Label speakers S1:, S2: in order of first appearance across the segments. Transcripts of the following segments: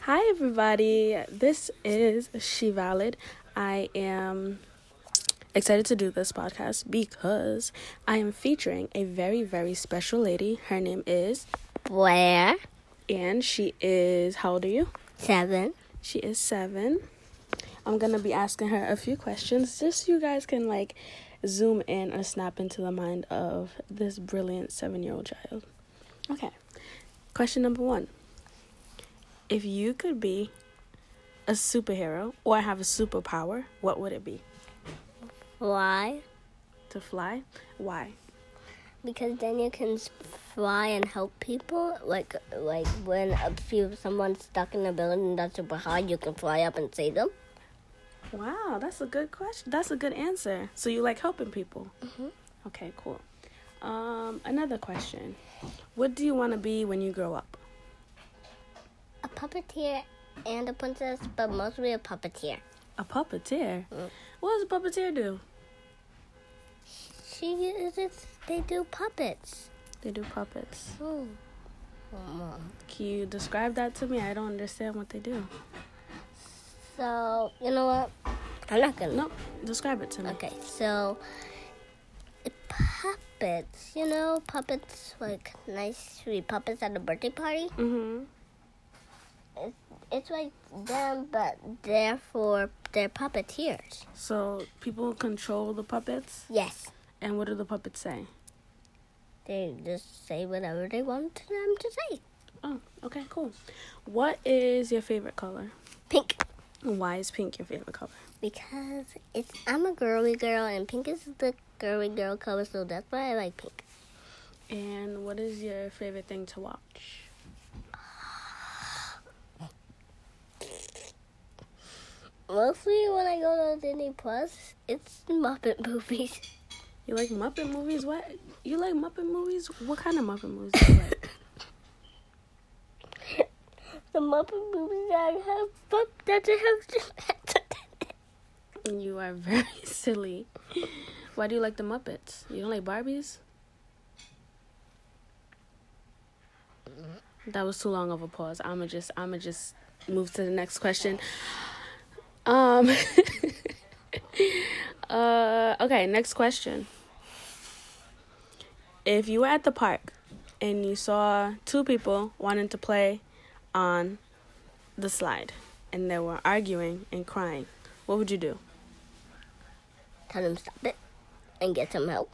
S1: Hi, everybody. This is She Valid. I am excited to do this podcast because I am featuring a very, very special lady. Her name is,
S2: Where?
S1: and she is, how old are you?
S2: Seven.
S1: She is seven. I'm gonna be asking her a few questions just so you guys can like zoom in or snap into the mind of this brilliant seven year old child. Okay. Question number one. If you could be a superhero or have a superpower, what would it be?
S2: Why?
S1: To fly? Why?
S2: Because then you can s- fly and help people. Like like when a few someone's stuck in a building that's super high, you can fly up and save them.
S1: Wow, that's a good question. That's a good answer. So you like helping people?
S2: Mhm.
S1: Okay, cool. Um, another question. What do you want to be when you grow up?
S2: A puppeteer and a princess, but mostly a puppeteer.
S1: A puppeteer?
S2: Mm.
S1: What does a puppeteer do?
S2: She uses they do puppets.
S1: They do puppets.
S2: Oh.
S1: Can you describe that to me? I don't understand what they do.
S2: So you know what? I'm not gonna.
S1: Nope, describe it to me.
S2: Okay, so puppets. You know, puppets like nice sweet puppets at a birthday party.
S1: Mm-hmm.
S2: It's like them, but they're for they're puppeteers.
S1: So people control the puppets,
S2: Yes,
S1: and what do the puppets say?
S2: they just say whatever they want them to say.
S1: Oh, okay, cool. What is your favorite color?
S2: Pink,
S1: Why is pink your favorite color?
S2: because it's I'm a girly girl, and pink is the girly girl color, so that's why I like pink.
S1: And what is your favorite thing to watch?
S2: Mostly when I go to Disney Plus, it's Muppet movies.
S1: You like Muppet movies? What? You like Muppet movies? What kind of Muppet movies do you like?
S2: The Muppet movies that have Mupp that they have
S1: You are very silly. Why do you like the Muppets? You don't like Barbies? That was too long of a pause. I'ma just I'ma just move to the next question. Um uh okay, next question. If you were at the park and you saw two people wanting to play on the slide and they were arguing and crying, what would you do?
S2: Tell them stop it and get some help.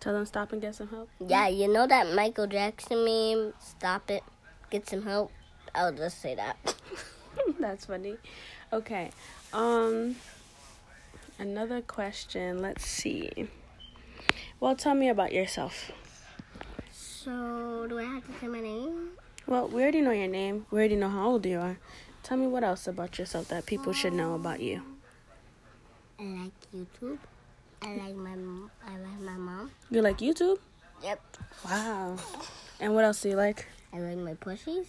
S1: Tell them stop and get some help.
S2: Yeah, you know that Michael Jackson meme? Stop it, get some help. I'll just say that.
S1: That's funny. Okay. Um another question. Let's see. Well, tell me about yourself.
S2: So, do I have to say my name?
S1: Well, we already know your name. We already know how old you are. Tell me what else about yourself that people should know about you.
S2: I like YouTube. I like my m- I like my mom.
S1: You like YouTube?
S2: Yep.
S1: Wow. And what else do you like?
S2: I like my pushies.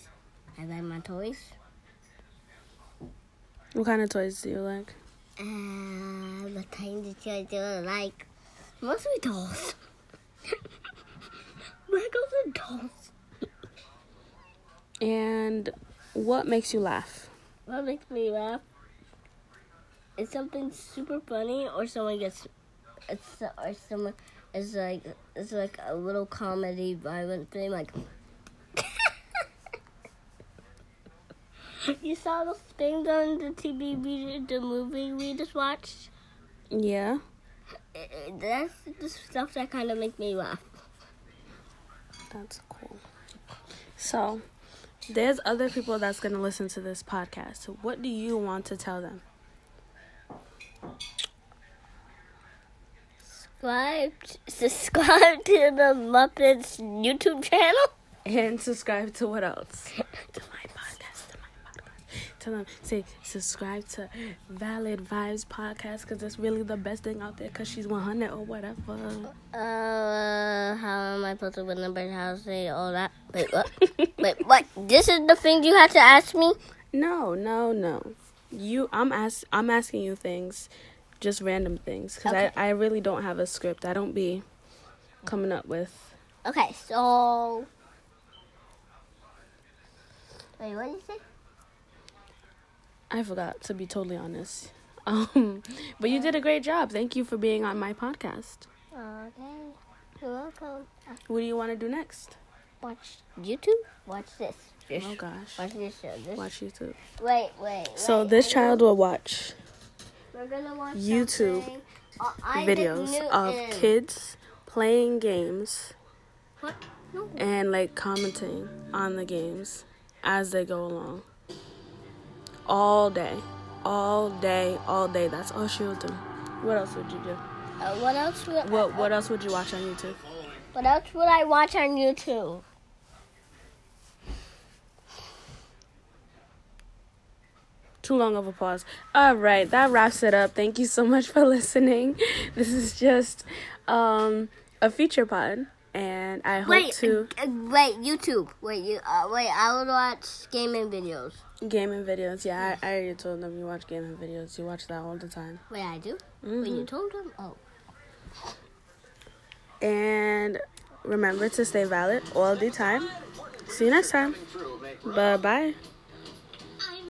S2: I like my toys.
S1: What kind of toys do you like?
S2: Uh, the tiny toys do I like mostly dolls. Legos and dolls.
S1: And what makes you laugh?
S2: What makes me laugh is something super funny, or someone gets, it's or someone is like it's like a little comedy violent thing. Like you saw those things on the TV, we, the movie we just watched.
S1: Yeah.
S2: I- I- That's the stuff that kind of make me laugh.
S1: That's cool. So, there's other people that's going to listen to this podcast. So what do you want to tell them?
S2: Subscribe, subscribe to the Muppets YouTube channel.
S1: And subscribe to what else? to my podcast. To my podcast. Tell them, say, subscribe to Valid Vibes Podcast because it's really the best thing out there because she's 100 or whatever.
S2: Uh, how am I supposed to remember how to say all that? Wait, what? Wait, what? This is the thing you had to ask me?
S1: No, no, no. You, I'm ask, I'm asking you things, just random things, because
S2: Okay.
S1: I, I really don't have a script. I don't be coming up with.
S2: Okay, so. Wait, what did you say?
S1: I forgot to be totally honest. Um, but you did a great job. Thank you for being on my podcast.
S3: Okay. You're welcome.
S1: What do you want to do next?
S3: Watch.
S2: YouTube? Watch this. This-
S1: Oh gosh,
S2: Watch this show. This.
S1: watch YouTube.
S2: Wait, wait.
S1: So
S2: wait.
S1: this child will watch
S2: We're gonna watch
S1: YouTube
S2: something. Uh, Isaac
S1: videos of
S2: Newton.
S1: kids playing games
S2: What? No.
S1: and like commenting on the games as they go along. All day, all day, all day. That's all she'll do. What else would you do?
S2: Uh, what else? Would,
S1: What What else would you watch on YouTube?
S2: What else would I watch on YouTube?
S1: Too long of a pause. All right, that wraps it up. Thank you so much for listening. This is just um, a feature pod, and I hope
S2: Wait,
S1: to
S2: uh, wait, YouTube. Wait, you. Uh, wait, I would watch gaming videos.
S1: gaming videos. Yeah, I, I already told them you watch gaming videos. You watch that all the time.
S2: Wait, I do. Wait, you told them. Oh,
S1: And remember to stay valid all the time. See you next time. Bye bye.